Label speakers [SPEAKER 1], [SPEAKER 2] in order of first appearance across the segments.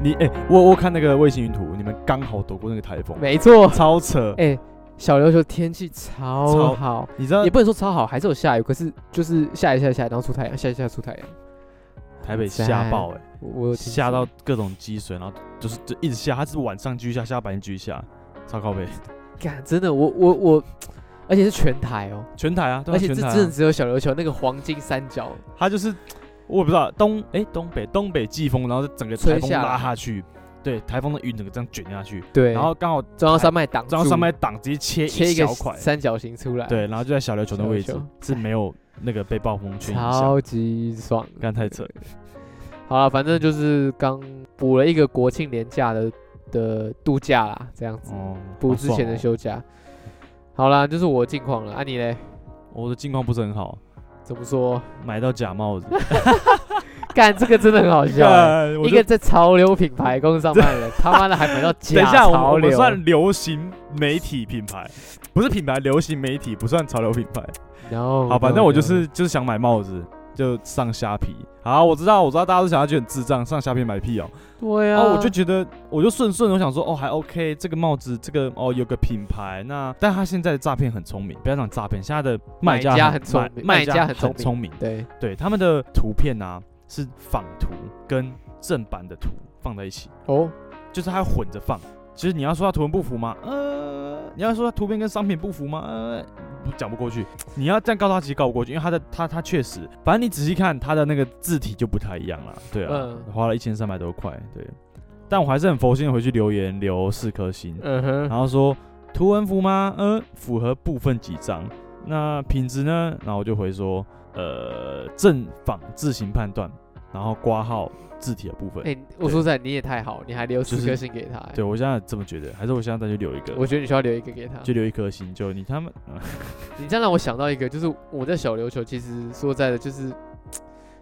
[SPEAKER 1] 你哎、我我看那个卫星云图，你们刚好躲过那个台风，
[SPEAKER 2] 没错，
[SPEAKER 1] 超扯。
[SPEAKER 2] 哎、小琉球天气超
[SPEAKER 1] 超呃
[SPEAKER 2] 好，
[SPEAKER 1] 你知道
[SPEAKER 2] 也不能说超好，还是有下雨，可是就是下一下下，然后出太阳，下一下出太阳，
[SPEAKER 1] 台北吓爆哎、
[SPEAKER 2] 我我有听
[SPEAKER 1] 吓
[SPEAKER 2] 说
[SPEAKER 1] 到各种积水，然后就是就一直下，它是晚上居下，下白天居下，超靠背，
[SPEAKER 2] 干，真的，我我我，而且是全台哦、
[SPEAKER 1] 全台啊，对啊
[SPEAKER 2] 而且
[SPEAKER 1] 全
[SPEAKER 2] 这
[SPEAKER 1] 台、啊，
[SPEAKER 2] 真的只有小琉球那个黄金三角
[SPEAKER 1] 它就是我也不知道东哎、东北东北季风，然后整个
[SPEAKER 2] 吹
[SPEAKER 1] 台风
[SPEAKER 2] 下来
[SPEAKER 1] 拉下去，对，台风的云整个这样卷下去，
[SPEAKER 2] 对，
[SPEAKER 1] 然后刚好
[SPEAKER 2] 中央山脉挡住，
[SPEAKER 1] 然后上面挡直接切
[SPEAKER 2] 切一个
[SPEAKER 1] 小块，
[SPEAKER 2] 三角形出来，，
[SPEAKER 1] 对，然后就在小琉球的位
[SPEAKER 2] 小
[SPEAKER 1] 置
[SPEAKER 2] 琉球
[SPEAKER 1] 是没有那个被暴风圈影响，
[SPEAKER 2] 超级爽，
[SPEAKER 1] 干太扯了，
[SPEAKER 2] 好了，反正就是刚补了一个国庆连假的的度假啦，这样子
[SPEAKER 1] 哦，
[SPEAKER 2] 补
[SPEAKER 1] 好
[SPEAKER 2] 之
[SPEAKER 1] 爽
[SPEAKER 2] 前的
[SPEAKER 1] 哦
[SPEAKER 2] 休假。好啦，就是我近况了。啊，你嘞？
[SPEAKER 1] 我的境况不是很好，
[SPEAKER 2] 怎么说？
[SPEAKER 1] 买到假帽 子，
[SPEAKER 2] 干这个真的很好笑欸、
[SPEAKER 1] 干 我
[SPEAKER 2] 一
[SPEAKER 1] 就
[SPEAKER 2] 个在潮流品牌公司上班的 人，他妈的还买到
[SPEAKER 1] 等
[SPEAKER 2] 假
[SPEAKER 1] 一下，我们
[SPEAKER 2] 潮
[SPEAKER 1] 我
[SPEAKER 2] 流
[SPEAKER 1] 们，算流行媒体品牌，不是品牌，流行媒体不算潮流品牌。
[SPEAKER 2] 然后
[SPEAKER 1] 好吧，那我就是就是想买帽子，就上虾皮。好，啊我知道，我知道大家都想要觉得很智障，上虾皮买屁哦、
[SPEAKER 2] 对
[SPEAKER 1] 然
[SPEAKER 2] 啊，
[SPEAKER 1] 后我就觉得，我就顺顺，我想说，哦，还 OK，这个帽子，这个哦，有个品牌。那但他现在的诈骗很聪明，不要讲诈骗，现在的卖
[SPEAKER 2] 买家
[SPEAKER 1] 家
[SPEAKER 2] 很聪明
[SPEAKER 1] 买
[SPEAKER 2] 卖
[SPEAKER 1] 卖
[SPEAKER 2] 家
[SPEAKER 1] 家
[SPEAKER 2] 很聪
[SPEAKER 1] 很
[SPEAKER 2] 明
[SPEAKER 1] 聪明，
[SPEAKER 2] 对
[SPEAKER 1] 对他们的图片啊是仿图跟正版的图放在一起。
[SPEAKER 2] 哦，
[SPEAKER 1] 就是它混着放。其实你要说它图文不符吗？呃，你要说它图片跟商品不符吗？呃，讲不过去。你要这样告诉他，其实告不过去，因为它的它它确实，反正你仔细看它的那个字体就不太一样了。对啊，
[SPEAKER 2] 嗯
[SPEAKER 1] 花了一千三百多块，对。但我还是很佛心的回去留言，留四颗星，
[SPEAKER 2] 嗯哼，
[SPEAKER 1] 然后说图文符吗？呃，符合部分几张。那品质呢？然后我就回说，呃，正仿自行判断，然后挂号字体的部分。
[SPEAKER 2] 哎、我说实在，你也太好，你还留四
[SPEAKER 1] 就是
[SPEAKER 2] 颗星给他、欸
[SPEAKER 1] 对，我现在这么觉得，还是我现在再去留一个。
[SPEAKER 2] 我嗯觉得你需要留一个给他。
[SPEAKER 1] 就留一颗心，就你他们，
[SPEAKER 2] 你这样让我想到一个，就是我在小琉球，其实说实在的，就是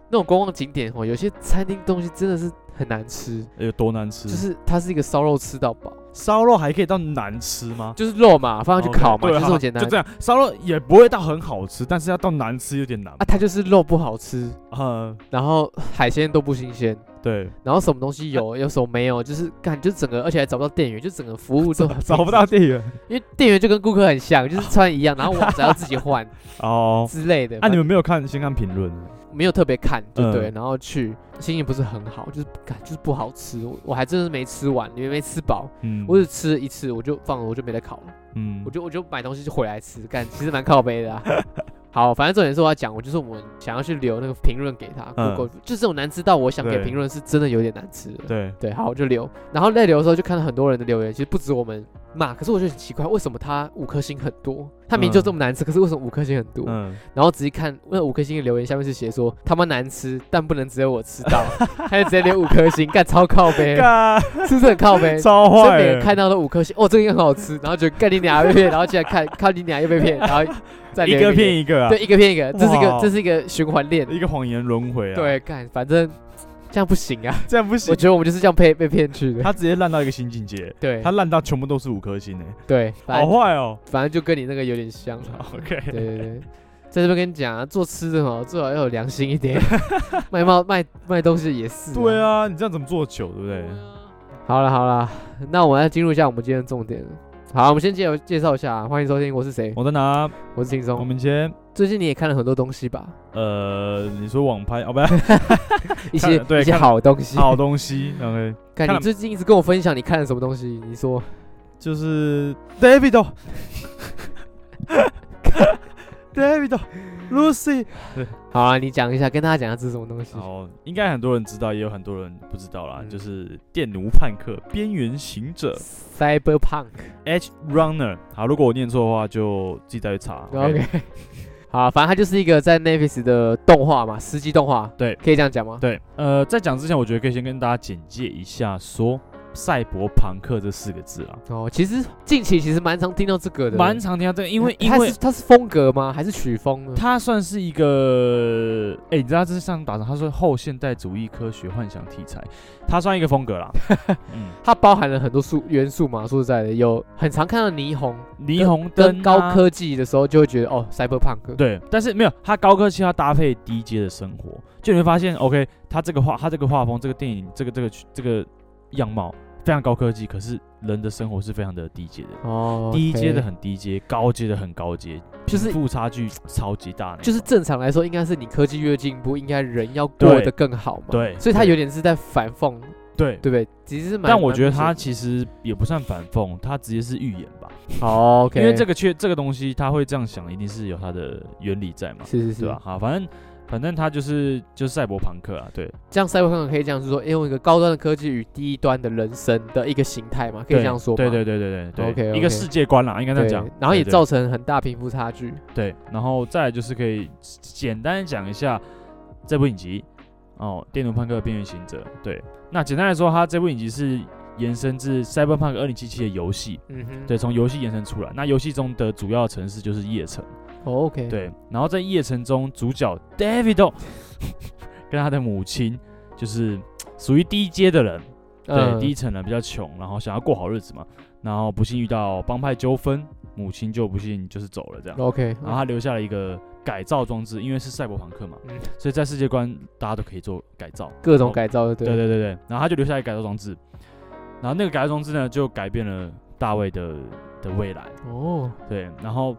[SPEAKER 2] 那种观光景点哦，有些餐厅东西真的是很难吃，
[SPEAKER 1] 呃有多难吃？
[SPEAKER 2] 就是它是一个烧肉吃到饱，
[SPEAKER 1] 烧肉还可以到难吃吗？
[SPEAKER 2] 就是肉嘛，放上去烤嘛，
[SPEAKER 1] 哦对
[SPEAKER 2] 就这
[SPEAKER 1] 好
[SPEAKER 2] 么简单。
[SPEAKER 1] 就这样。烧肉也不会到很好吃，但是要到难吃有点难
[SPEAKER 2] 啊，。它就是肉不好吃，
[SPEAKER 1] 呃，
[SPEAKER 2] 然后海鲜都不新鲜，
[SPEAKER 1] 对，
[SPEAKER 2] 然后什么东西 有，有什么没有，就是感就整个，而且还找不到店员，就整个服 务都很
[SPEAKER 1] 找不到，店员。
[SPEAKER 2] 因为店员就跟顾客很像，就是穿一 样，然后网子要自己换
[SPEAKER 1] 哦，
[SPEAKER 2] 之类的。
[SPEAKER 1] 啊，
[SPEAKER 2] 反
[SPEAKER 1] 你们没有看，先看评论。
[SPEAKER 2] 没有特别看，就
[SPEAKER 1] 嗯
[SPEAKER 2] 对，然后去心情不是很好，就是感就是不好吃，我我还真的是没吃完，因为没吃饱，
[SPEAKER 1] 嗯，
[SPEAKER 2] 我只吃了一次我就放了，我就没得烤了，
[SPEAKER 1] 嗯
[SPEAKER 2] 我，就我就买东西就回来吃，干其实蛮靠 背的、啊。好，反正重点是我要讲，我就是我们想要去留那个评论给他
[SPEAKER 1] 嗯
[SPEAKER 2] ，Google、就这种难吃到我想给
[SPEAKER 1] 对
[SPEAKER 2] 评论是真的有点难吃的。
[SPEAKER 1] 对，
[SPEAKER 2] 对，好，我就留。然后在留的时候，就看到很多人的留言，其实不止我们骂，可是我觉得很奇怪，为什么他五颗星很多？他明明就这么难吃，可是为什么五颗星很多？
[SPEAKER 1] 嗯，
[SPEAKER 2] 然后仔细看那五颗星的留言，下面是写说他妈难吃，但不能只有我吃 到，他就直接留五颗星，干超靠背，
[SPEAKER 1] 干，
[SPEAKER 2] 是不是很靠背？
[SPEAKER 1] 超
[SPEAKER 2] 哎所以
[SPEAKER 1] 坏
[SPEAKER 2] 每人看
[SPEAKER 1] 欸，
[SPEAKER 2] 到都五颗星，哦，这个应该很好吃，然后觉得干你俩被骗，然后进来看，看你俩又被骗，然后再
[SPEAKER 1] 一
[SPEAKER 2] 留
[SPEAKER 1] 个
[SPEAKER 2] 言
[SPEAKER 1] 骗一个啊
[SPEAKER 2] 对，，一个骗一个，这是一个
[SPEAKER 1] 哇
[SPEAKER 2] 这是一个循环链，
[SPEAKER 1] 一个谎言轮回啊。，
[SPEAKER 2] 对，干，反正这样不行啊，
[SPEAKER 1] 这样不行
[SPEAKER 2] 我。觉得我们就是这样被被骗去的，
[SPEAKER 1] 他直接烂到一个新境界，
[SPEAKER 2] 对
[SPEAKER 1] 他烂到全部都是五颗星诶，
[SPEAKER 2] 对，
[SPEAKER 1] 好
[SPEAKER 2] 反正
[SPEAKER 1] 坏哦。
[SPEAKER 2] 反正就跟你那个有点像啊，对
[SPEAKER 1] OK，
[SPEAKER 2] 对对，在这边跟你讲啊，做吃的哦，最好要有良心一点， 卖猫卖卖东西也是、
[SPEAKER 1] 对
[SPEAKER 2] 啊，
[SPEAKER 1] 啊，你这样怎么做久，对不对？
[SPEAKER 2] 好了好了，那我们要进入一下我们今天的重点了。好，我们先介介绍一下啊，欢迎收听，我是谁？
[SPEAKER 1] 我在拿
[SPEAKER 2] 我是轻
[SPEAKER 1] 我
[SPEAKER 2] 松。
[SPEAKER 1] 们先，
[SPEAKER 2] 最近你也看了很多东西吧？
[SPEAKER 1] 呃，你说网拍 哦，不
[SPEAKER 2] 一些
[SPEAKER 1] 看了对
[SPEAKER 2] 一些
[SPEAKER 1] 看了
[SPEAKER 2] 好东西。
[SPEAKER 1] 是好东西，OK，
[SPEAKER 2] 看
[SPEAKER 1] 看
[SPEAKER 2] 你
[SPEAKER 1] 了
[SPEAKER 2] 最近一直跟我分享你看了什么东西，你说
[SPEAKER 1] 就是 David 哦 David 哦 Lucy，
[SPEAKER 2] 好啊，你讲一下，跟大家讲一下这是什么东西。
[SPEAKER 1] 哦，应该很多人知道，也有很多人不知道啦，
[SPEAKER 2] 嗯
[SPEAKER 1] 就是电奴叛客、边缘行者
[SPEAKER 2] Cyberpunk。
[SPEAKER 1] Edge Runner。好，如果我念错的话，就自己再去查。
[SPEAKER 2] OK。好， 反正它就是一个在 Netflix 的动画嘛，实际动画。
[SPEAKER 1] 对
[SPEAKER 2] 可以这样讲吗？
[SPEAKER 1] 对，呃，在讲之前，我觉得可以先跟大家简介一下说赛博朋克这四个字啊，
[SPEAKER 2] 哦，其实近期其实蛮常听到这个的，欸
[SPEAKER 1] 蛮常听到这个，因为因
[SPEAKER 2] 它
[SPEAKER 1] 为
[SPEAKER 2] 是它是风格吗？还是曲风呢？
[SPEAKER 1] 它算是一个，哎、你知道这是上打上，它是后现代主义科学幻想题材，它算一个风格啦。嗯，
[SPEAKER 2] 它包含了很多素元素嘛，说实在的，有很常看到霓虹
[SPEAKER 1] 霓虹灯、啊
[SPEAKER 2] 跟高，科技的时候，就会觉得哦，cyberpunk。，
[SPEAKER 1] 对，但是没有它高科技，它搭配低阶的生活，就你会发现，OK，它这个画，它这个画风，这个电影，这个这个这个样貌，非常高科技，可是人的生活是非常的低阶的。
[SPEAKER 2] 哦，
[SPEAKER 1] 低阶的
[SPEAKER 2] OK，
[SPEAKER 1] 很低阶，高阶的很高阶，
[SPEAKER 2] 就是
[SPEAKER 1] 贫富差距超级大那种。
[SPEAKER 2] 就是正常来说，应该是你科技越进步，应该人要过
[SPEAKER 1] 对
[SPEAKER 2] 得更好嘛。，
[SPEAKER 1] 对，
[SPEAKER 2] 所以他
[SPEAKER 1] 对
[SPEAKER 2] 有点是在反讽，
[SPEAKER 1] 对
[SPEAKER 2] 对不对？其实是蛮，
[SPEAKER 1] 但我觉得
[SPEAKER 2] 蛮
[SPEAKER 1] 他
[SPEAKER 2] 不
[SPEAKER 1] 其实也不算反讽，他直接是预言吧。
[SPEAKER 2] 错好 OK，
[SPEAKER 1] 因为这
[SPEAKER 2] 个
[SPEAKER 1] 个确这个东西，他会这样想，一定是有他的原理在嘛，
[SPEAKER 2] 是是是
[SPEAKER 1] 对吧？好，反正反正他就是就是赛博朋克啊，对
[SPEAKER 2] 这样赛博朋克可以这样是说，用一个高端的科技与低端的人生的一个形态嘛，可以
[SPEAKER 1] 对
[SPEAKER 2] 这样说吗？
[SPEAKER 1] 对对对对对对
[SPEAKER 2] OK，OK
[SPEAKER 1] 一个世界观啦，应该这样
[SPEAKER 2] 对
[SPEAKER 1] 讲。
[SPEAKER 2] 然后也
[SPEAKER 1] 对对
[SPEAKER 2] 造成很大贫富差距。
[SPEAKER 1] 对，然后再来就是可以简单讲一下这部影集哦，《电奴朋克：边缘行者》。对，那简单来说，它这部影集是延伸自《Cyberpunk 2077》的游戏，
[SPEAKER 2] 嗯哼，
[SPEAKER 1] 对，从游戏延伸出来。那游戏中的主要城市就是夜城，
[SPEAKER 2] 哦，OK，，
[SPEAKER 1] 对，然后在夜城中，主角 Davido 跟他的母亲就是属于低阶的人，
[SPEAKER 2] 嗯
[SPEAKER 1] 对，低层人比较穷，然后想要过好日子嘛，然后不幸遇到帮派纠纷，母亲就不幸就是走了这样。
[SPEAKER 2] OK，
[SPEAKER 1] 然后他留下了一个改造装置，因为是赛博朋克嘛，
[SPEAKER 2] 嗯
[SPEAKER 1] 所以在世界观大家都可以做改造，
[SPEAKER 2] 各种改造，对
[SPEAKER 1] 哦对对对对，然后他就留下一个改造装置，然后那个改造装置呢就改变了大卫的的未来，
[SPEAKER 2] 哦，
[SPEAKER 1] 对，然后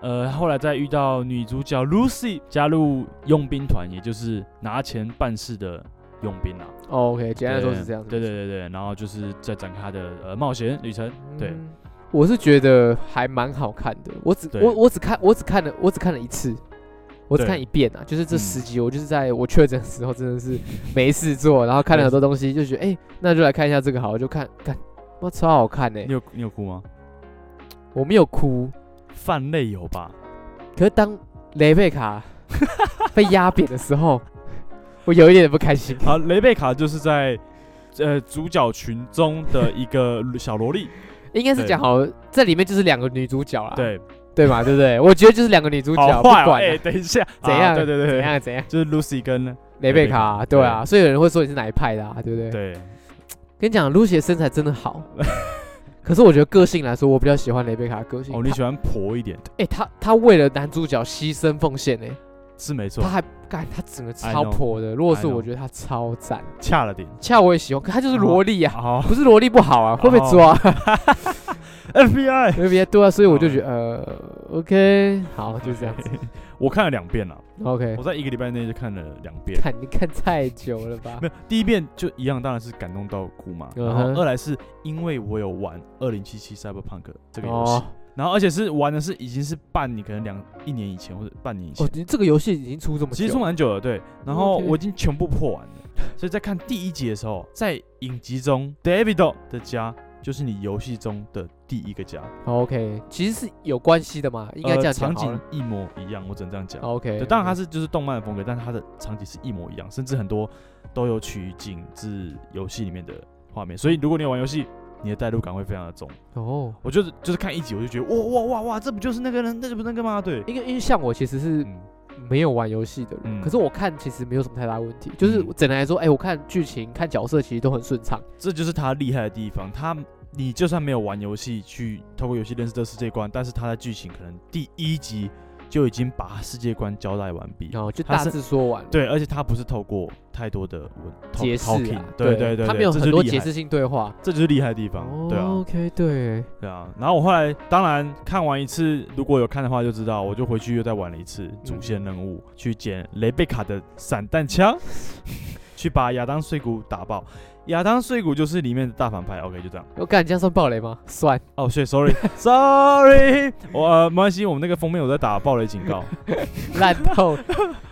[SPEAKER 1] 呃后来再遇到女主角 Lucy 加入佣兵团，也就是拿钱办事的佣兵啊，
[SPEAKER 2] 哦，OK，简单来说是这样子。
[SPEAKER 1] 对对对对，然后就是再展开他的呃冒险旅程，对
[SPEAKER 2] 嗯我是觉得还蛮好看的。我只
[SPEAKER 1] 对
[SPEAKER 2] 我我只看我只看了我只看了一次，我只
[SPEAKER 1] 对
[SPEAKER 2] 看一遍啊。就是这
[SPEAKER 1] 嗯
[SPEAKER 2] 十集，我就是在我确诊的时候真的是没事做，然后看了很多东西，就觉得哎、那就来看一下这个好了，就看看，哇，超好看呢、
[SPEAKER 1] 你有你有哭吗？
[SPEAKER 2] 我没有哭，
[SPEAKER 1] 泛泪有吧？
[SPEAKER 2] 可是当雷 贝卡被压扁的时候，我有一点不开心。
[SPEAKER 1] 好，雷贝卡就是在呃主角群中的一个小萝 莉，
[SPEAKER 2] 应该是
[SPEAKER 1] 对
[SPEAKER 2] 讲好，这里面就是两个女主角啦，
[SPEAKER 1] 对，
[SPEAKER 2] 对嘛，对不对？我觉得就是两个女啊主角，
[SPEAKER 1] 好
[SPEAKER 2] 不
[SPEAKER 1] 坏哦，
[SPEAKER 2] 管
[SPEAKER 1] 哎，
[SPEAKER 2] 啊
[SPEAKER 1] 等一下，
[SPEAKER 2] 怎
[SPEAKER 1] 啊
[SPEAKER 2] 样，
[SPEAKER 1] 对对对
[SPEAKER 2] 怎
[SPEAKER 1] 对，
[SPEAKER 2] 样怎样。
[SPEAKER 1] 就是 Lucy 跟
[SPEAKER 2] 雷贝卡啊，
[SPEAKER 1] 对
[SPEAKER 2] 对啊，所以有人会说你是哪一派的啊，对不对？
[SPEAKER 1] 对，
[SPEAKER 2] 跟你讲，Lucy 的身材真的 好，可是我觉得个性来说，我比较喜欢雷贝卡的个性。
[SPEAKER 1] 哦，你
[SPEAKER 2] 她
[SPEAKER 1] 喜欢婆一点的，
[SPEAKER 2] 哎，她她为了男主角牺牲奉献哎，
[SPEAKER 1] 是没错
[SPEAKER 2] 她，还干，她整个
[SPEAKER 1] I
[SPEAKER 2] 超
[SPEAKER 1] know，
[SPEAKER 2] 婆的。如果是
[SPEAKER 1] I know
[SPEAKER 2] 我，觉得她超赞，
[SPEAKER 1] 恰了点，
[SPEAKER 2] 恰我也喜欢，可她就是萝莉啊，
[SPEAKER 1] 好
[SPEAKER 2] 不是萝莉不好啊，会被抓，
[SPEAKER 1] ，FBI，
[SPEAKER 2] 会被对啊，所以我就觉得呃，OK，好， 就这样子
[SPEAKER 1] 我看了两遍了，
[SPEAKER 2] ，OK
[SPEAKER 1] 我。在一个礼拜内就看了两遍。
[SPEAKER 2] 看，你看太久了吧
[SPEAKER 1] 没？有，第一遍就一样，当然是感动到哭嘛。然
[SPEAKER 2] 嗯哼
[SPEAKER 1] 后二来是因为我有玩《二零七七 Cyberpunk》这个游戏
[SPEAKER 2] 哦，，
[SPEAKER 1] 然后而且是玩的是已经是半年，可能两一年以前或者半年以前
[SPEAKER 2] 哦，。你这个游戏已经出这么久，
[SPEAKER 1] 其实出蛮久了，对。然后
[SPEAKER 2] OK
[SPEAKER 1] 我已经全部破完了，所以在看第一集的时候，在影集中，Davido 的家就是你游戏中的第一个家，
[SPEAKER 2] OK，其实是有关系的嘛，应该
[SPEAKER 1] 呃
[SPEAKER 2] 这样
[SPEAKER 1] 场
[SPEAKER 2] 讲好了
[SPEAKER 1] 景。一模一样，我只能这样讲。
[SPEAKER 2] OK，
[SPEAKER 1] 对，当然它是就是动漫的风格，但它的场景是一模一样，甚至很多都有取景自游戏里面的画面，所以如果你有玩游戏，你的代入感会非常的重。
[SPEAKER 2] 哦，
[SPEAKER 1] 我就是就是看一集，我就觉得哇哇哇哇，这不就是那个人，那就不是那个吗？对，
[SPEAKER 2] 因为因为像我其实是
[SPEAKER 1] 嗯，
[SPEAKER 2] 没有玩游戏的人，
[SPEAKER 1] 嗯
[SPEAKER 2] 可是我看其实没有什么太大问题，就是
[SPEAKER 1] 嗯
[SPEAKER 2] 整体来说，哎、我看剧情、看角色其实都很顺畅。
[SPEAKER 1] 这就是他厉害的地方。他你就算没有玩游戏去透过游戏认识这世界观，但是他的剧情可能第一集就已经把世界观交代完毕。
[SPEAKER 2] 然后就
[SPEAKER 1] 它
[SPEAKER 2] 大
[SPEAKER 1] 是
[SPEAKER 2] 致说完了。
[SPEAKER 1] 对，而且他不是透过太多的文
[SPEAKER 2] 解释
[SPEAKER 1] talking，
[SPEAKER 2] 啊，
[SPEAKER 1] 对对对，
[SPEAKER 2] 他没有
[SPEAKER 1] 这
[SPEAKER 2] 很
[SPEAKER 1] 就
[SPEAKER 2] 多
[SPEAKER 1] 厉
[SPEAKER 2] 解
[SPEAKER 1] 害
[SPEAKER 2] 释，哦性对话。
[SPEAKER 1] 这就是厉害的地方。对啊，
[SPEAKER 2] ，OK，对，
[SPEAKER 1] 对啊。然后我后来当然看完一次，如果有看的话就知道，我就回去又再玩了一次主线任务，
[SPEAKER 2] 嗯
[SPEAKER 1] 去捡雷贝卡的散弹枪， 去把亚当碎骨打爆。亚当碎骨就是里面的大反派。OK，就这样。
[SPEAKER 2] 我感觉这样算暴雷吗？ 算，
[SPEAKER 1] 哦，所以 sorry，sorry，我、呃、没关系，我们那个封面我在打暴雷警 告。
[SPEAKER 2] 啊烂透。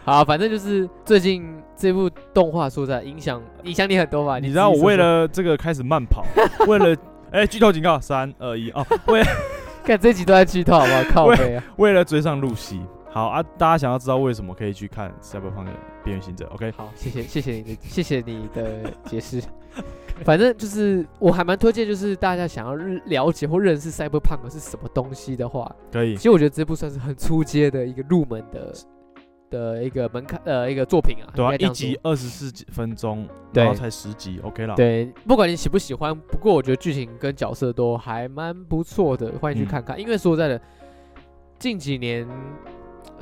[SPEAKER 2] 好，反正就是最近这部动画说实在影响影响你很多吧？
[SPEAKER 1] 你
[SPEAKER 2] 自
[SPEAKER 1] 知
[SPEAKER 2] 己
[SPEAKER 1] 道我
[SPEAKER 2] 说
[SPEAKER 1] 为
[SPEAKER 2] 说
[SPEAKER 1] 了这个开始慢 跑，为了哎、剧透警告，三二一哦，为
[SPEAKER 2] 看这集都在剧透好 不好？靠
[SPEAKER 1] 为
[SPEAKER 2] 背啊。
[SPEAKER 1] 为了追上露西。好啊，大家想要知道为什么可以去看《Cyberpunk 的边缘行者》？OK，
[SPEAKER 2] 好，谢谢谢谢你的谢谢你的解释。反正就是我还蛮推荐，就是大家想要日了解或认识 Cyberpunk 是什么东西的话，
[SPEAKER 1] 可以
[SPEAKER 2] 其。实我觉得这部算是很出阶的一个入门的的一个门槛呃一个作品啊。
[SPEAKER 1] 对啊，
[SPEAKER 2] 应该
[SPEAKER 1] 一
[SPEAKER 2] 这样说
[SPEAKER 1] 集二十四分钟，
[SPEAKER 2] 对
[SPEAKER 1] 然后才十集，OK 啦。，
[SPEAKER 2] 对，不管你喜不喜欢，不过我觉得剧情跟角色都还蛮不错的，欢迎
[SPEAKER 1] 嗯
[SPEAKER 2] 去看看。因为说实在的，近几年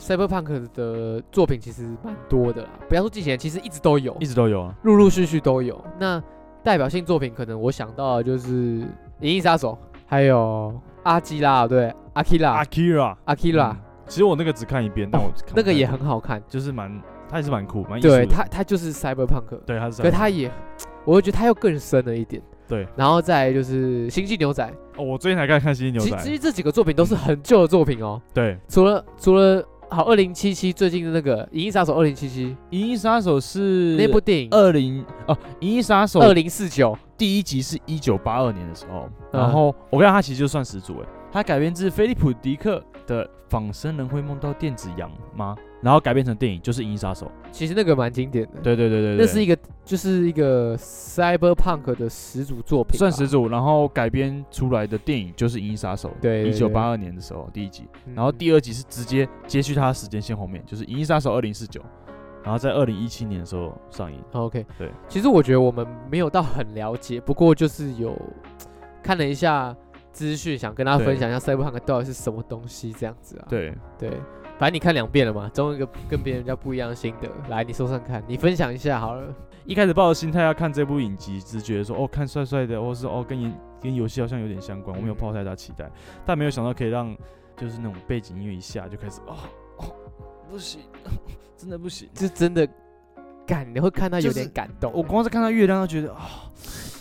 [SPEAKER 2] Cyberpunk 的作品其实蛮多的啦，不要说近几年，其实一直都有，
[SPEAKER 1] 一直都有啊。
[SPEAKER 2] 陆陆续续都有。那代表性作品，可能我想到的就是《银翼杀手》，还有阿基拉，对，阿基拉，
[SPEAKER 1] Akira
[SPEAKER 2] 阿基拉
[SPEAKER 1] 嗯，其实我那个只看一遍，但我看
[SPEAKER 2] 那个也
[SPEAKER 1] 不太
[SPEAKER 2] 很
[SPEAKER 1] 懂，
[SPEAKER 2] 好看。
[SPEAKER 1] 就是蛮，它也是蛮酷，蛮艺术的
[SPEAKER 2] 对他，他就是 cyberpunk，
[SPEAKER 1] 对他是，
[SPEAKER 2] 可是他也，我又觉得他又更深了一点。
[SPEAKER 1] 对，
[SPEAKER 2] 然后再来就是《星际牛仔》
[SPEAKER 1] 哦，我最近才开始看《星际牛
[SPEAKER 2] 其
[SPEAKER 1] 仔
[SPEAKER 2] 实其》，实这几个作品都是很旧的作品哦，
[SPEAKER 1] 对，《
[SPEAKER 2] 除了除了好二零七七最近的那个《银翼杀手二零七七
[SPEAKER 1] 银翼杀手》》是
[SPEAKER 2] 那部电影，
[SPEAKER 1] 二零哦，《银翼杀手
[SPEAKER 2] 二》零四九，
[SPEAKER 1] 第一集是一九八二年的时候，
[SPEAKER 2] 嗯
[SPEAKER 1] 然后我跟你讲，他其实就算始祖哎，他改编自菲利普·迪克的《仿生人会梦到电子羊吗》，然后改编成电影就是《银翼杀手》，
[SPEAKER 2] 其实那个蛮经典的。
[SPEAKER 1] 对对对对对，
[SPEAKER 2] 那是一
[SPEAKER 1] 个
[SPEAKER 2] 个就是一个 cyberpunk 的始祖作品吧，
[SPEAKER 1] 算始祖，然后改编出来的电影就是《银翼杀手》，
[SPEAKER 2] 对对
[SPEAKER 1] 一九八二年的时候第一集，
[SPEAKER 2] 嗯。
[SPEAKER 1] 然后第二集是直接接续它的时间线后面，就是《银翼杀手二零四九》，哦然后在二零一七年的时候上映。
[SPEAKER 2] OK，
[SPEAKER 1] 对，
[SPEAKER 2] 其实我觉得我们没有到很了解，不过就是有看了一下资讯，想跟大家
[SPEAKER 1] 对
[SPEAKER 2] 分享一下 cyberpunk 到底是什么东西这样子啊。
[SPEAKER 1] 对，
[SPEAKER 2] 对，反正你看两遍了嘛，总有一个跟别人家不一样的心得。来，你说说看，你分享一下好了。
[SPEAKER 1] 一开始抱着心态要看这部影集，只觉得说哦，看帅帅的，或是哦跟演跟游戏好像有点相关，我没有抱太大期待，但没有想到可以让就是那种背景音乐一下就开始 哦哦不行， 真的不行，
[SPEAKER 2] 就真的感，你会看到有
[SPEAKER 1] 就是
[SPEAKER 2] 点感动欸、
[SPEAKER 1] 我光是看到月亮就觉得啊、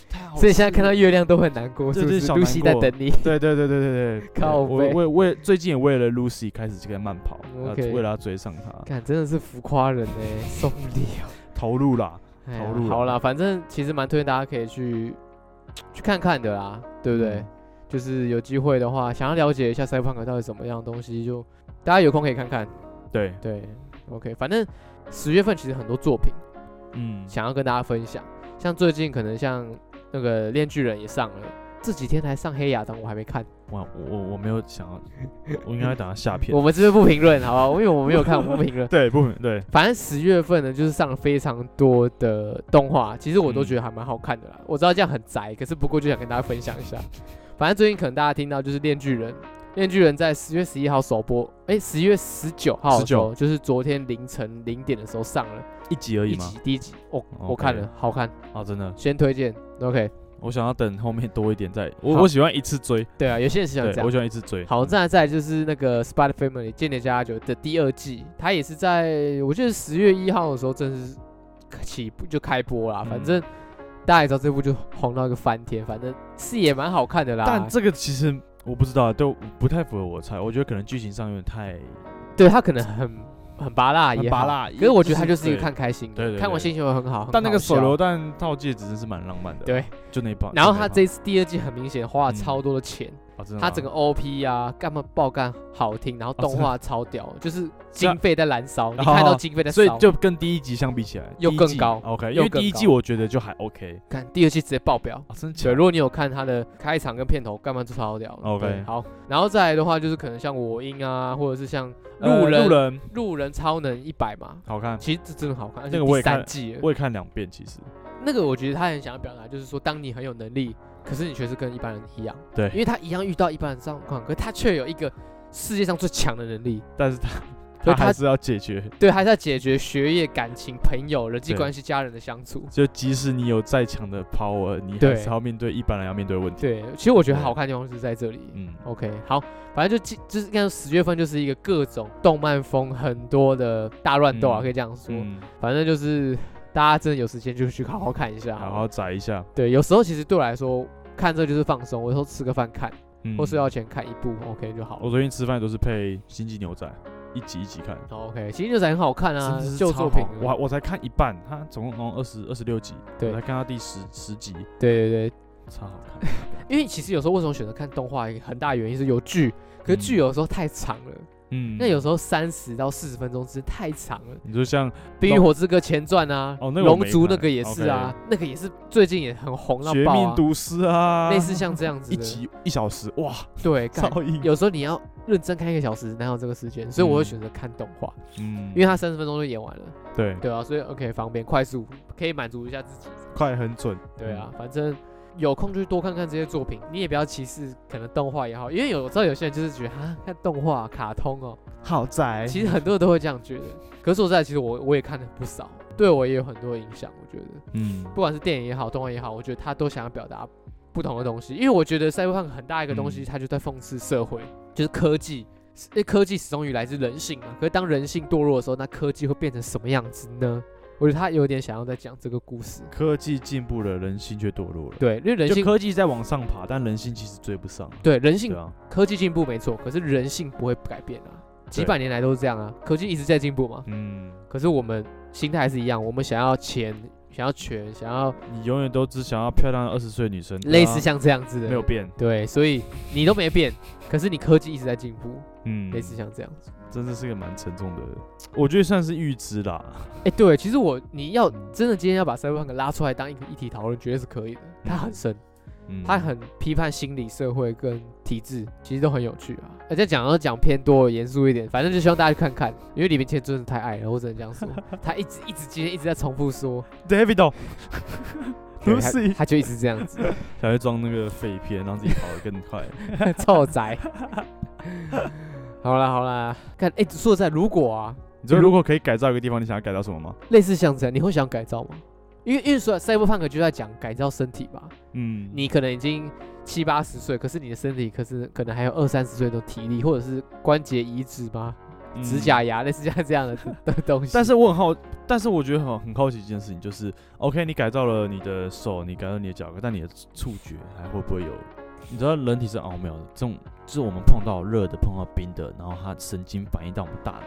[SPEAKER 1] 太好吃了，
[SPEAKER 2] 所以现在看到月亮都很难过，
[SPEAKER 1] 对
[SPEAKER 2] 是不
[SPEAKER 1] 对
[SPEAKER 2] 是？
[SPEAKER 1] 小
[SPEAKER 2] 露
[SPEAKER 1] 难
[SPEAKER 2] 西在
[SPEAKER 1] 过
[SPEAKER 2] 等你。
[SPEAKER 1] 对对对对对对，
[SPEAKER 2] 靠
[SPEAKER 1] 我
[SPEAKER 2] 背
[SPEAKER 1] 为为最近也为了 Lucy 开始这个慢跑，
[SPEAKER 2] 嗯
[SPEAKER 1] 呃
[SPEAKER 2] OK
[SPEAKER 1] 为了要追上她，
[SPEAKER 2] 看，真的是浮夸人哎、受不了。
[SPEAKER 1] 投入啦，
[SPEAKER 2] 哎呀
[SPEAKER 1] 投入了
[SPEAKER 2] 好啦，反正其实蛮推荐大家可以去去看看的啦，对不对？
[SPEAKER 1] 嗯
[SPEAKER 2] 就是有机会的话，想要了解一下 Cyberpunk 到底什么样的东西，就大家有空可以看看。
[SPEAKER 1] 对，
[SPEAKER 2] 对，OK，反正十月份其实很多作品
[SPEAKER 1] 嗯，
[SPEAKER 2] 想要跟大家分享，像最近可能像那个《链巨人》也上了，这几天才上《黑亚当》，我还 没看。
[SPEAKER 1] 哇，我我我没有想要，我应该等他下片。
[SPEAKER 2] 我。们这边不评论，好不好？因为我们没有看，我们不评论
[SPEAKER 1] 对，不对，
[SPEAKER 2] 反正十月份呢，就是上了非常多的动画，其实我都觉得还蛮好看的啦。我知道这样很宅，可是不过就想跟大家分享一下。反正最近可能大家听到就是《链巨人》，《链巨人》在十月十一号首播，哎，十月十九号的时候，就是昨天凌晨零点的时候上了
[SPEAKER 1] 一集而已
[SPEAKER 2] 一
[SPEAKER 1] 吗？哦
[SPEAKER 2] 集，第一集，我、
[SPEAKER 1] OK
[SPEAKER 2] 我看了，好看，
[SPEAKER 1] 啊，真的，
[SPEAKER 2] 先推荐。OK，
[SPEAKER 1] 我想要等后面多一点再，我
[SPEAKER 2] 好
[SPEAKER 1] 我喜欢一次追，
[SPEAKER 2] 对啊，有些人是想
[SPEAKER 1] 对
[SPEAKER 2] 这，样
[SPEAKER 1] 我。喜欢一次追。
[SPEAKER 2] 好，
[SPEAKER 1] 嗯
[SPEAKER 2] 再来再来就是那个《Spy Family》间谍家家酒的第二季，它也是在我记得十月一号的时候正式起步就开播啦。
[SPEAKER 1] 嗯
[SPEAKER 2] 反正大家也知道这部就红到一个翻天，反正是也蛮好看的啦。
[SPEAKER 1] 但这个其实我不知道，都不太符合我的菜，我觉得可能剧情上有点太，
[SPEAKER 2] 对它可能很很拔辣
[SPEAKER 1] 很
[SPEAKER 2] 也好
[SPEAKER 1] 拔辣
[SPEAKER 2] 可是我觉得它
[SPEAKER 1] 就
[SPEAKER 2] 就是是一个
[SPEAKER 1] 对
[SPEAKER 2] 看开心的，
[SPEAKER 1] 对对对
[SPEAKER 2] 看完心情会很好。很
[SPEAKER 1] 但那个
[SPEAKER 2] 好笑
[SPEAKER 1] 手榴弹套戒指真是蛮浪漫的，，
[SPEAKER 2] 对，
[SPEAKER 1] 就那一把。
[SPEAKER 2] 然后
[SPEAKER 1] 就那
[SPEAKER 2] 它
[SPEAKER 1] 一把
[SPEAKER 2] 这一次第二季很明显花了
[SPEAKER 1] 嗯
[SPEAKER 2] 超多的钱，
[SPEAKER 1] 啊真的
[SPEAKER 2] 它
[SPEAKER 1] 吗
[SPEAKER 2] 整个 OP 啊干嘛爆干好听，然后动
[SPEAKER 1] 真的
[SPEAKER 2] 画超屌，就是
[SPEAKER 1] 这样
[SPEAKER 2] 经费在燃烧，你
[SPEAKER 1] 啊哦
[SPEAKER 2] 看到经费在烧，
[SPEAKER 1] 所以就跟第一集相比起来，
[SPEAKER 2] 又
[SPEAKER 1] 第一
[SPEAKER 2] 更
[SPEAKER 1] 季
[SPEAKER 2] 高
[SPEAKER 1] ，OK，因
[SPEAKER 2] 又
[SPEAKER 1] 为
[SPEAKER 2] 更
[SPEAKER 1] 第一季
[SPEAKER 2] 高哦
[SPEAKER 1] 我觉得就还 OK
[SPEAKER 2] 看第二季直接爆表。
[SPEAKER 1] 啊，真的假
[SPEAKER 2] 对，
[SPEAKER 1] 的？
[SPEAKER 2] 如果你有看它的开场跟片头，干嘛就超屌了。
[SPEAKER 1] OK
[SPEAKER 2] 对好，然后再来的话，就是可能像我音啊，或者是像
[SPEAKER 1] 呃
[SPEAKER 2] 路人、
[SPEAKER 1] 路人
[SPEAKER 2] 路人超能一百嘛，
[SPEAKER 1] 好看，
[SPEAKER 2] 其实这真的好看。而且
[SPEAKER 1] 那个我也
[SPEAKER 2] 第三
[SPEAKER 1] 看
[SPEAKER 2] 季了
[SPEAKER 1] 我也看两遍，其实
[SPEAKER 2] 那个我觉得他很想要表达，就是说，当你很有能力，可是你却是跟一般人一样，
[SPEAKER 1] 对
[SPEAKER 2] 因为他一样遇到一般人状况，可是他却有一个世界上最强的能力，
[SPEAKER 1] 但是他他
[SPEAKER 2] 所以他
[SPEAKER 1] 还是要解决，
[SPEAKER 2] 对，还是要解决学业、感情、朋友、人际
[SPEAKER 1] 对
[SPEAKER 2] 关系、家人的相处。
[SPEAKER 1] 就即使你有再强的 power，你还
[SPEAKER 2] 对
[SPEAKER 1] 是要面对一般人要面对的问题。
[SPEAKER 2] 对，哦其实我觉得
[SPEAKER 1] 对
[SPEAKER 2] 好看的地方是在这里。
[SPEAKER 1] 嗯，
[SPEAKER 2] OK，好，反正就今就是看十月份就是一个各种动漫风很多的大乱斗啊，
[SPEAKER 1] 嗯
[SPEAKER 2] 可以这样说。
[SPEAKER 1] 嗯，
[SPEAKER 2] 反正就是大家真的有时间就去好好看一下。
[SPEAKER 1] 好好宅一下，
[SPEAKER 2] 对，有时候其实对我来说看这就是放松，我有时候吃个饭看，
[SPEAKER 1] 嗯，哦
[SPEAKER 2] 或睡觉前看一部 OK 就好
[SPEAKER 1] 我
[SPEAKER 2] 了。
[SPEAKER 1] 昨天吃饭都是配《星际牛仔》，一集一集看，
[SPEAKER 2] 好 OK，其实就是很好看啊
[SPEAKER 1] 真的，是
[SPEAKER 2] 旧
[SPEAKER 1] 超
[SPEAKER 2] 作品
[SPEAKER 1] 好
[SPEAKER 2] 啊。
[SPEAKER 1] 我我才看一半，它总共好像二十二十六集，
[SPEAKER 2] 对
[SPEAKER 1] 我才看到第十十集，
[SPEAKER 2] 对对对，
[SPEAKER 1] 超好 看。
[SPEAKER 2] 因为其实有时候为什么选择看动画，一个很大原因是有剧，可是剧
[SPEAKER 1] 嗯
[SPEAKER 2] 有时候太长了，
[SPEAKER 1] 嗯，
[SPEAKER 2] 那有时候三十到四十分钟之间太长了。
[SPEAKER 1] 你说像
[SPEAKER 2] 《冰与火之歌前传》啊，
[SPEAKER 1] 哦那个我
[SPEAKER 2] 龙
[SPEAKER 1] 没
[SPEAKER 2] 族
[SPEAKER 1] 看
[SPEAKER 2] 那个也是啊，那个也是最近也很红到
[SPEAKER 1] 《绝
[SPEAKER 2] 爆
[SPEAKER 1] 命
[SPEAKER 2] 啊，
[SPEAKER 1] 毒师》啊，
[SPEAKER 2] 类似像这样 子
[SPEAKER 1] 一
[SPEAKER 2] 的
[SPEAKER 1] 集一小时，哇，
[SPEAKER 2] 对，干
[SPEAKER 1] 超硬。
[SPEAKER 2] 有时候你要认真看一个小时，哪有这个时间？所以我会
[SPEAKER 1] 嗯
[SPEAKER 2] 选择看动画，
[SPEAKER 1] 嗯
[SPEAKER 2] 因为它三十分钟就演完了，
[SPEAKER 1] 对
[SPEAKER 2] 对啊，所以 OK 方便快速，可以满足一下自己，
[SPEAKER 1] 快很准，
[SPEAKER 2] 对啊，
[SPEAKER 1] 嗯
[SPEAKER 2] 反正。有空就多看看这些作品，你也不要歧视，可能动画也好，因为有我知道有些人就是觉得啊，看动画、卡通哦，
[SPEAKER 1] 嗯好宅哎
[SPEAKER 2] 其实很多人都会这样觉得。可是说实在，其实我我也看了不少，对我也有很多影响。我觉得，
[SPEAKER 1] 嗯，
[SPEAKER 2] 不管是电影也好，动画也好，我觉得他都想要表达不同的东西。因为我觉得赛博朋克很大一个东西，
[SPEAKER 1] 嗯
[SPEAKER 2] 它就在讽刺社会，就是科技。因为科技始终于来自人性嘛，可是当人性堕落的时候，那科技会变成什么样子呢？我觉得他有点想要在讲这个故事。
[SPEAKER 1] 科技进步了，人性却堕落了。，
[SPEAKER 2] 对，因为人
[SPEAKER 1] 就
[SPEAKER 2] 性
[SPEAKER 1] 科技在往上爬，但人性其实追不上。
[SPEAKER 2] 对人性
[SPEAKER 1] 对啊，
[SPEAKER 2] 科技进步没错，可是人性不会改变啊，几百年来都是这样啊，科技一直在进步嘛。
[SPEAKER 1] 嗯，
[SPEAKER 2] 可是我们心态还是一样，我们想要钱，想要权，想要
[SPEAKER 1] 你永远都只想要漂亮的二十岁女生，对啊
[SPEAKER 2] 类似像这样子的，
[SPEAKER 1] 没有变。
[SPEAKER 2] 对，所以你都没变，可是你科技一直在进步，
[SPEAKER 1] 嗯，
[SPEAKER 2] 类似像这样子。
[SPEAKER 1] 真的是个蛮沉重的，我觉得算是预知啦。
[SPEAKER 2] 哎、对，其实我你要
[SPEAKER 1] 嗯
[SPEAKER 2] 真的今天要把 cyberpunk 拉出来当一个议题讨论，绝对是可以的。它很深，
[SPEAKER 1] 嗯，
[SPEAKER 2] 它很批判心理、社会跟体制，其实都很有趣啊。而且讲要讲偏多、严肃一点，反正就希望大家去看看，因为里面其实真的太爱了，我只能这样 说。他一直一直今天一直在重复说，
[SPEAKER 1] David，哦
[SPEAKER 2] 对
[SPEAKER 1] 不是
[SPEAKER 2] 他他就一直这样子，
[SPEAKER 1] 才会装那个肺片，让自己跑得更快。
[SPEAKER 2] 臭 宅。好啦好啦，看，哎、说实在，如果啊，
[SPEAKER 1] 你说如果可以改造一个地方，你想要改造什么吗？
[SPEAKER 2] 类似像这样，你会想改造吗？因为因为说 cyberpunk 就在讲改造身体吧，
[SPEAKER 1] 嗯，
[SPEAKER 2] 你可能已经七八十岁，可是你的身体可是可能还有二三十岁的体力，或者是关节移植吗？
[SPEAKER 1] 嗯
[SPEAKER 2] 指甲牙类似像这样的 的东西。
[SPEAKER 1] 但是我很好，但是我觉得很很好奇一件事情，就是，OK，你改造了你的手，你改造你的脚，但你的触觉还会不会有？你知道人体是奥妙的，这种就是我们碰到热的，碰到冰的，然后它神经反应到我们大脑，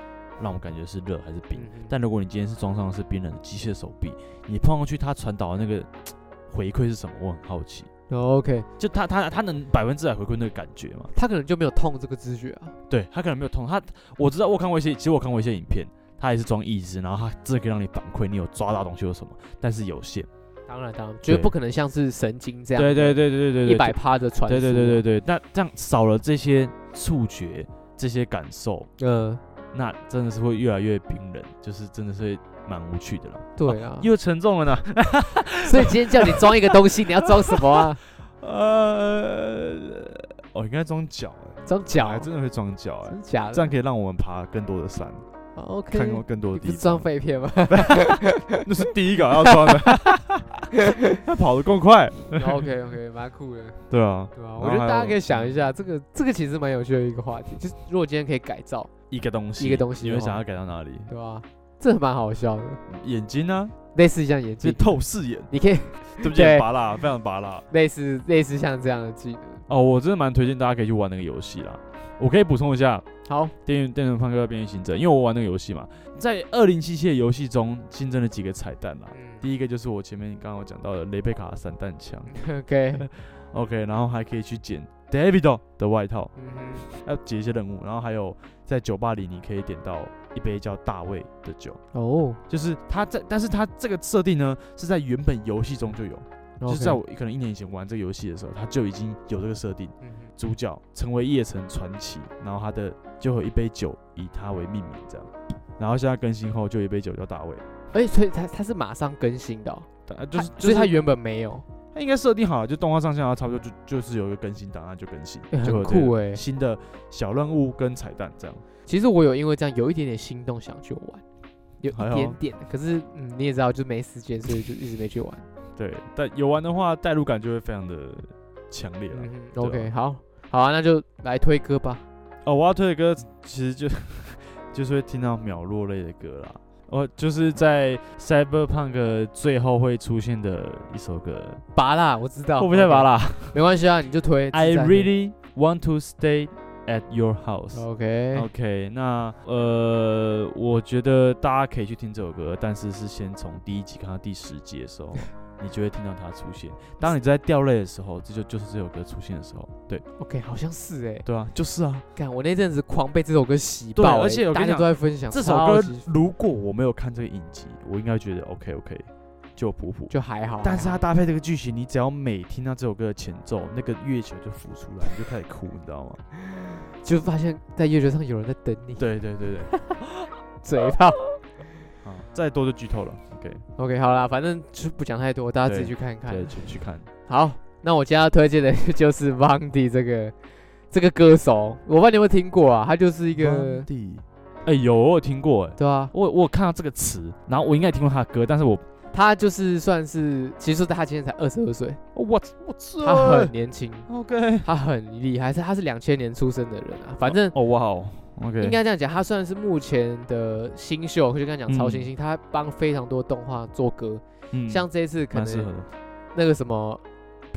[SPEAKER 1] 让我们感觉是热还是冰。
[SPEAKER 2] 嗯哼
[SPEAKER 1] 但如果你今天是装上的是冰冷的机械手臂，你碰上去它传导的那个回馈是什么？我很好奇。
[SPEAKER 2] 哦 OK，
[SPEAKER 1] 就它它它能百分之百回馈那个感觉吗？
[SPEAKER 2] 他可能就没有痛这个知觉啊。
[SPEAKER 1] 对他可能没有痛，他我知道我看过一些，其实我看过一些影片，他也是装义肢，然后他这可以让你反馈你有抓到东西有什么，但是有限。
[SPEAKER 2] 当然当然，绝对不可能像是神经这样，
[SPEAKER 1] 对对对对对对，
[SPEAKER 2] 一百趴的传输。
[SPEAKER 1] 对对对对对，那这样少了这些触觉、这些感受，
[SPEAKER 2] 对，嗯，
[SPEAKER 1] 那真的是会越来越冰冷，就是真的是会蛮无趣的了。
[SPEAKER 2] 对啊。
[SPEAKER 1] 又沉重了呢，
[SPEAKER 2] 所以今天叫你装一个东西，你要装什么啊？
[SPEAKER 1] 呃，哦，应该装脚哎，
[SPEAKER 2] 装脚
[SPEAKER 1] 还？ 真的会装脚哎
[SPEAKER 2] 真，假的？
[SPEAKER 1] 这样可以让我们爬更多的山，
[SPEAKER 2] 哦 OK。
[SPEAKER 1] 看过更多
[SPEAKER 2] 你
[SPEAKER 1] 的
[SPEAKER 2] 不
[SPEAKER 1] 地
[SPEAKER 2] 是装
[SPEAKER 1] 方。
[SPEAKER 2] 废片吗
[SPEAKER 1] 那是第一个要装的， 他跑得更快。
[SPEAKER 2] ？OK OK，蛮酷的。
[SPEAKER 1] 对啊，
[SPEAKER 2] 对啊，
[SPEAKER 1] 然
[SPEAKER 2] 我
[SPEAKER 1] 后
[SPEAKER 2] 觉得
[SPEAKER 1] 还
[SPEAKER 2] 大家
[SPEAKER 1] 有嗯
[SPEAKER 2] 可以想一下，这个这个其实蛮有趣的一个话题，就是如果今天可以改造，
[SPEAKER 1] 一个东西，
[SPEAKER 2] 一个东西
[SPEAKER 1] 你
[SPEAKER 2] 哦的
[SPEAKER 1] 会
[SPEAKER 2] 话
[SPEAKER 1] 想要改到哪里？
[SPEAKER 2] 对吧、这蛮好笑的，
[SPEAKER 1] 眼睛呢？
[SPEAKER 2] 类似像眼
[SPEAKER 1] 就
[SPEAKER 2] 镜，
[SPEAKER 1] 透视眼，
[SPEAKER 2] 你可以
[SPEAKER 1] 对不
[SPEAKER 2] 对
[SPEAKER 1] 对？拔蜡，非常拔蜡。
[SPEAKER 2] 类似类似像这样的技能。
[SPEAKER 1] 哦，我真的蛮推荐大家可以去玩那个游戏啦。我可以补充一下
[SPEAKER 2] 好，
[SPEAKER 1] 《电影电影放歌变形行者》，因为我玩那个游戏嘛，在二零七七的游戏中新增了几个彩蛋啦。
[SPEAKER 2] 嗯
[SPEAKER 1] 第一个就是我前面刚刚有讲到的雷贝卡散弹枪
[SPEAKER 2] ，OK，
[SPEAKER 1] ，OK，然后还可以去捡 David 的外套，
[SPEAKER 2] 嗯哼
[SPEAKER 1] 要解一些任务，然后还有在酒吧里你可以点到一杯叫大卫的酒，
[SPEAKER 2] 哦，
[SPEAKER 1] 就是它在，但是它这个设定呢是在原本游戏中就有，就是在我可能一年以前玩这个游戏的时候，它就已经有这个设定，
[SPEAKER 2] 嗯哼
[SPEAKER 1] 主角成为夜城传奇，然后他的就有一杯酒以他为命名这样，然后现在更新后就有一杯酒叫大卫，
[SPEAKER 2] 哎、所以它它是马上更新的哦、
[SPEAKER 1] 啊就是
[SPEAKER 2] 它
[SPEAKER 1] 就
[SPEAKER 2] 所以
[SPEAKER 1] 是
[SPEAKER 2] 它原本没有，
[SPEAKER 1] 它应该设定好了，就动画上线，然后差不多就就是有一个更新档案就更 新，
[SPEAKER 2] 欸很
[SPEAKER 1] 就有这个
[SPEAKER 2] 酷欸
[SPEAKER 1] 新的小任务跟彩蛋这样。
[SPEAKER 2] 其实我有因为这样有一点点心动想去玩，有
[SPEAKER 1] 还
[SPEAKER 2] 一
[SPEAKER 1] 好啊
[SPEAKER 2] 点点，可是嗯你也知道，就没时间，所以就一直没去玩。
[SPEAKER 1] 对，但游玩的话，代入感就会非常的强烈了。
[SPEAKER 2] 嗯哼
[SPEAKER 1] 对啊
[SPEAKER 2] ，OK，好，好啊，那就来推歌吧。
[SPEAKER 1] 哦，我要推的歌其实就就是会听到秒落泪的歌啦。哦，就是在 Cyberpunk 最后会出现的一首歌，
[SPEAKER 2] 拔啦，我知道，
[SPEAKER 1] 我不太拔
[SPEAKER 2] 啦，
[SPEAKER 1] 啦。
[SPEAKER 2] 没关系啊，你就推。
[SPEAKER 1] I
[SPEAKER 2] 哦自在推
[SPEAKER 1] really want to stay at your
[SPEAKER 2] 哦
[SPEAKER 1] house。
[SPEAKER 2] OK，
[SPEAKER 1] OK，那呃，我觉得大家可以去听这首歌，但是是先从第一集看到第十集的 时候，你就会听到它出现。当你在掉泪的时候，这就就是这首歌出现的时候。对
[SPEAKER 2] OK，好像是哎、欸，
[SPEAKER 1] 对啊，就是啊，
[SPEAKER 2] 干我那阵子狂被这首歌洗
[SPEAKER 1] 对啊
[SPEAKER 2] 爆欸、
[SPEAKER 1] 而且我跟
[SPEAKER 2] 大
[SPEAKER 1] 你
[SPEAKER 2] 家
[SPEAKER 1] 讲
[SPEAKER 2] 都在分享
[SPEAKER 1] 这首歌
[SPEAKER 2] 超级
[SPEAKER 1] 如果我没有看这个影集，我应该觉得 OK OK，就普普。
[SPEAKER 2] 就还好，啊
[SPEAKER 1] 但是
[SPEAKER 2] 还
[SPEAKER 1] 它搭
[SPEAKER 2] 好
[SPEAKER 1] 配这个剧情，你只要每听到这首歌的前奏，那个月球就浮出来，你就开始哭，你知道 吗？
[SPEAKER 2] 就发现，在乐球上有人在等你，
[SPEAKER 1] 对对对对，
[SPEAKER 2] 嘴炮。
[SPEAKER 1] 好，再多就剧透了。OK，
[SPEAKER 2] OK，好啦，反正就不讲太多，大家自己
[SPEAKER 1] 对
[SPEAKER 2] 去看看
[SPEAKER 1] 对，。请去看。
[SPEAKER 2] 好，那我今天要推荐的就是 Vandy 这个这个歌手，我不知道你有没有听过啊？他就是一
[SPEAKER 1] 一
[SPEAKER 2] 个
[SPEAKER 1] 地哎、有我有听过哎、
[SPEAKER 2] 对啊，
[SPEAKER 1] 我我有看到这个词，然后我应该也听过他的歌，但是我哦
[SPEAKER 2] 他就是算是，其实他今年才二十二岁，
[SPEAKER 1] 我我这
[SPEAKER 2] 他很年轻，
[SPEAKER 1] OK
[SPEAKER 2] 他很厉害，是他是两千年出生的人啊，反正
[SPEAKER 1] 哦哇哦 OK
[SPEAKER 2] 应该这样讲，他算是目前的新秀，就刚讲超新星，他帮非常多动画做歌，
[SPEAKER 1] 嗯
[SPEAKER 2] 像这一次可
[SPEAKER 1] 蛮适合
[SPEAKER 2] 能
[SPEAKER 1] 的，
[SPEAKER 2] 那个什么。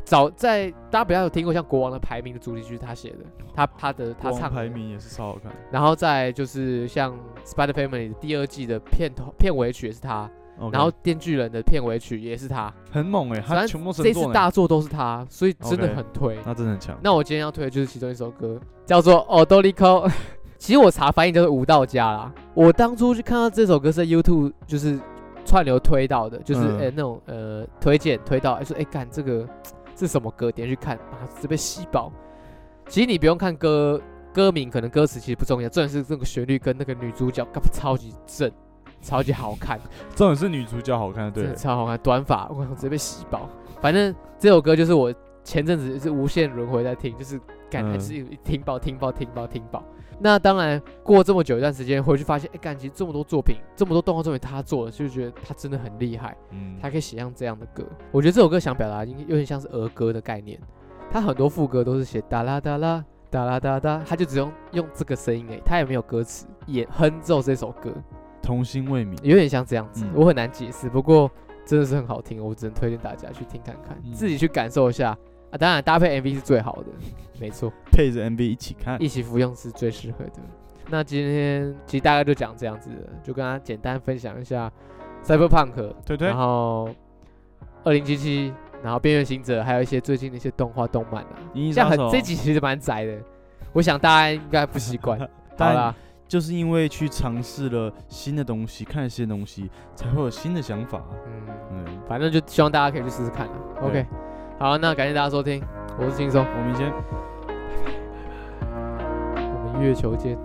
[SPEAKER 2] 早在大家比较有听过像国王的排名的主题曲，他写的，他他的他
[SPEAKER 1] 哦国王
[SPEAKER 2] 唱的
[SPEAKER 1] 排，名也是超好看的
[SPEAKER 2] 然后再就是像《Spider Family》的第二季的片头片尾曲也是他，
[SPEAKER 1] ，OK，
[SPEAKER 2] 然后《电锯人》的片尾曲也是他，
[SPEAKER 1] 很猛哎、
[SPEAKER 2] 反
[SPEAKER 1] 他
[SPEAKER 2] 正
[SPEAKER 1] 全部神
[SPEAKER 2] 这
[SPEAKER 1] 作
[SPEAKER 2] 次
[SPEAKER 1] 呢
[SPEAKER 2] 大作都是他，所以真的
[SPEAKER 1] OK
[SPEAKER 2] 很推。
[SPEAKER 1] 那真的很强，
[SPEAKER 2] 那我今天要推的就是其中一首歌，叫做《哦多利扣》。 其实我查翻译叫做《舞蹈家》啦。我当初去看到这首歌是在 YouTube 就是串流推到的，就是
[SPEAKER 1] 嗯
[SPEAKER 2] 诶那种呃推荐推到，诶说诶干这个是什么歌，点进去看，把它直接被吸爆。其实你不用看歌歌名，可能歌词其实不重要，重点是这个旋律跟那个女主角干超级正，超级好看。
[SPEAKER 1] 重点是女主角好看，
[SPEAKER 2] 真
[SPEAKER 1] 对
[SPEAKER 2] 的，超好看，短发，我靠，直接被洗爆。反正这首歌就是我前阵子是无限轮回在听，就是感
[SPEAKER 1] 嗯
[SPEAKER 2] 还是听爆、听爆、听爆、听爆。那当然，过这么久一段时间，回去发现，哎、感觉这么多作品，这么多动画作品他做的，就觉得他真的很厉害，
[SPEAKER 1] 嗯
[SPEAKER 2] 他可以写像这样的歌。我觉得这首歌想表达，应该有点像是儿歌的概念，他很多副歌都是写哒啦哒啦。哒啦哒哒，他就只用用这个声音哎，他也没有歌词，也哼奏这首歌，
[SPEAKER 1] 童心未泯，
[SPEAKER 2] 有点像这样子，
[SPEAKER 1] 嗯
[SPEAKER 2] 我很难解释，不过真的是很好听，我只能推荐大家去听看看，
[SPEAKER 1] 嗯
[SPEAKER 2] 自己去感受一下啊。当然搭配 MV 是最好 的，没错，
[SPEAKER 1] 配着 MV 一起看，
[SPEAKER 2] 一起服用是最适合的。那今天其实大概就讲这样子的，就跟大家简单分享一下 Cyberpunk，
[SPEAKER 1] 对对
[SPEAKER 2] 然，后二零七七，然后边缘行者，还有一些最近的一些动画动漫啊，
[SPEAKER 1] 银翼
[SPEAKER 2] 像
[SPEAKER 1] 杀
[SPEAKER 2] 很
[SPEAKER 1] 手
[SPEAKER 2] 这集其实蛮宅的，我想大家应该不习 惯。好
[SPEAKER 1] 但
[SPEAKER 2] 啦，
[SPEAKER 1] 就是因为去尝试了新的东西，看了新的东西，才会有新的想法。
[SPEAKER 2] 嗯，
[SPEAKER 1] 嗯，
[SPEAKER 2] 反正就希望大家可以去试试看了。
[SPEAKER 1] 对
[SPEAKER 2] OK，好，那感谢大家收听，我是轻松，
[SPEAKER 1] 我们先。
[SPEAKER 2] 我们月球见。